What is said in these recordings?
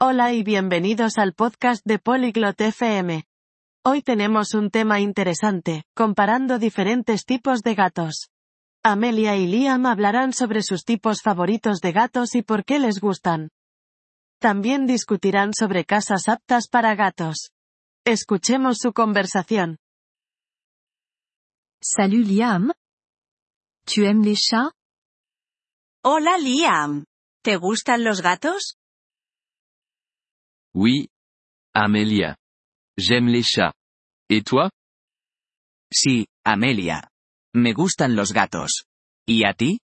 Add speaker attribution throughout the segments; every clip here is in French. Speaker 1: Hola y bienvenidos al podcast de Polyglot FM. Hoy tenemos un tema interesante, comparando diferentes tipos de gatos. Amelia y Liam hablarán sobre sus tipos favoritos de gatos y por qué les gustan. También discutirán sobre casas aptas para gatos. Escuchemos su conversación.
Speaker 2: Salut Liam. Tu aimes les chats
Speaker 3: Hola Liam. ¿Te gustan los gatos?
Speaker 4: Oui. Amelia. J'aime les chats. Et toi
Speaker 5: Sí, Amelia. Me gustan los gatos. ¿Y a ti?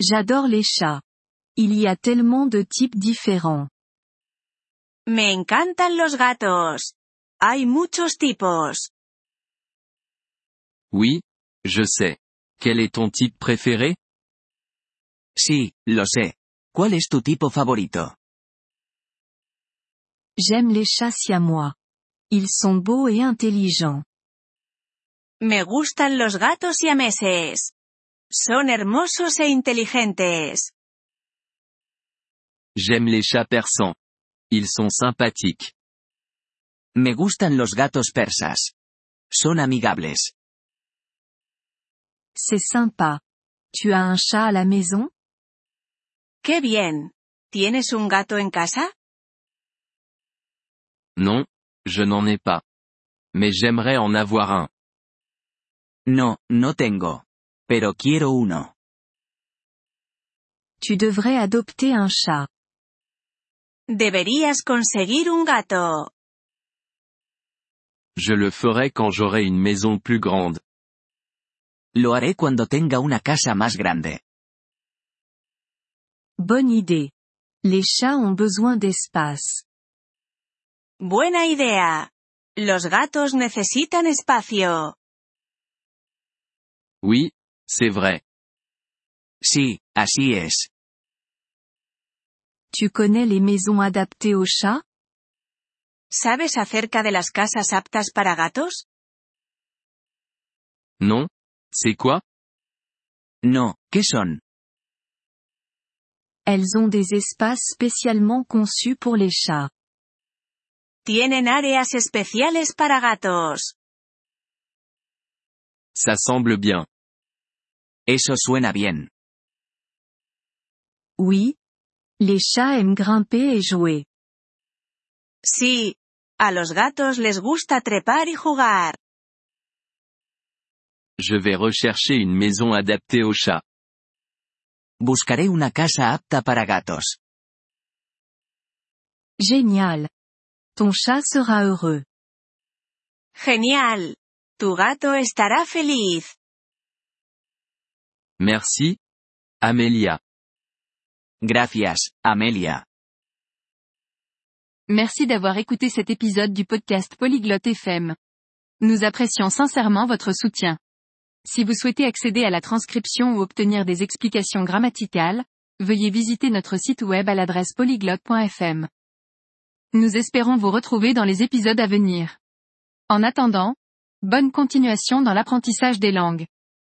Speaker 2: J'adore les chats. Il y a tellement de types différents.
Speaker 3: Me encantan los gatos. Hay muchos tipos.
Speaker 4: Oui. Je sais. Quel est ton type préféré
Speaker 5: Sí, lo sé. ¿Cuál es tu tipo favorito?
Speaker 2: J'aime les chats siamois. Ils sont beaux et intelligents.
Speaker 3: Me gustan los gatos siameses. Son hermosos e inteligentes.
Speaker 4: J'aime les chats persans. Ils sont sympathiques.
Speaker 5: Me gustan los gatos persas. Son amigables.
Speaker 2: C'est sympa. Tu as un chat à la maison
Speaker 3: ¡Qué bien! ¿Tienes un gato en casa?
Speaker 4: Non, je n'en ai pas. Mais j'aimerais en avoir un.
Speaker 5: No, no tengo. Pero quiero uno.
Speaker 2: Tu devrais adopter un chat.
Speaker 3: Deberías conseguir un gato.
Speaker 4: Je le ferai quand j'aurai une maison plus grande.
Speaker 5: Lo haré cuando tenga una casa más grande.
Speaker 2: Bonne idée. Les chats ont besoin d'espace.
Speaker 3: Buena idea. Los gatos necesitan espacio.
Speaker 4: Oui, c'est vrai.
Speaker 5: Sí, así es.
Speaker 2: Tu connais les maisons adaptées aux chats
Speaker 3: ¿Sabes acerca de las casas aptas para gatos?
Speaker 4: Non C'est quoi
Speaker 5: No, ¿qué son?
Speaker 2: Elles ont des espaces spécialement conçus pour les chats.
Speaker 3: Tienen áreas especiales para gatos.
Speaker 4: Ça semble bien.
Speaker 5: Eso suena bien.
Speaker 2: Oui. Les chats aiment grimper et jouer.
Speaker 3: Sí. A los gatos les gusta trepar y jugar.
Speaker 4: Je vais rechercher une maison adaptée aux chats.
Speaker 5: Buscaré una casa apta para gatos.
Speaker 2: Génial. Ton chat sera heureux.
Speaker 3: Genial. Tu gato estará feliz.
Speaker 4: Merci. Amelia.
Speaker 5: Gracias, Amelia.
Speaker 6: Merci d'avoir écouté cet épisode du podcast Polyglotte FM. Nous apprécions sincèrement votre soutien. Si vous souhaitez accéder à la transcription ou obtenir des explications grammaticales, veuillez visiter notre site web à l'adresse polyglotte.fm. Nous espérons vous retrouver dans les épisodes à venir. En attendant, bonne continuation dans l'apprentissage des langues.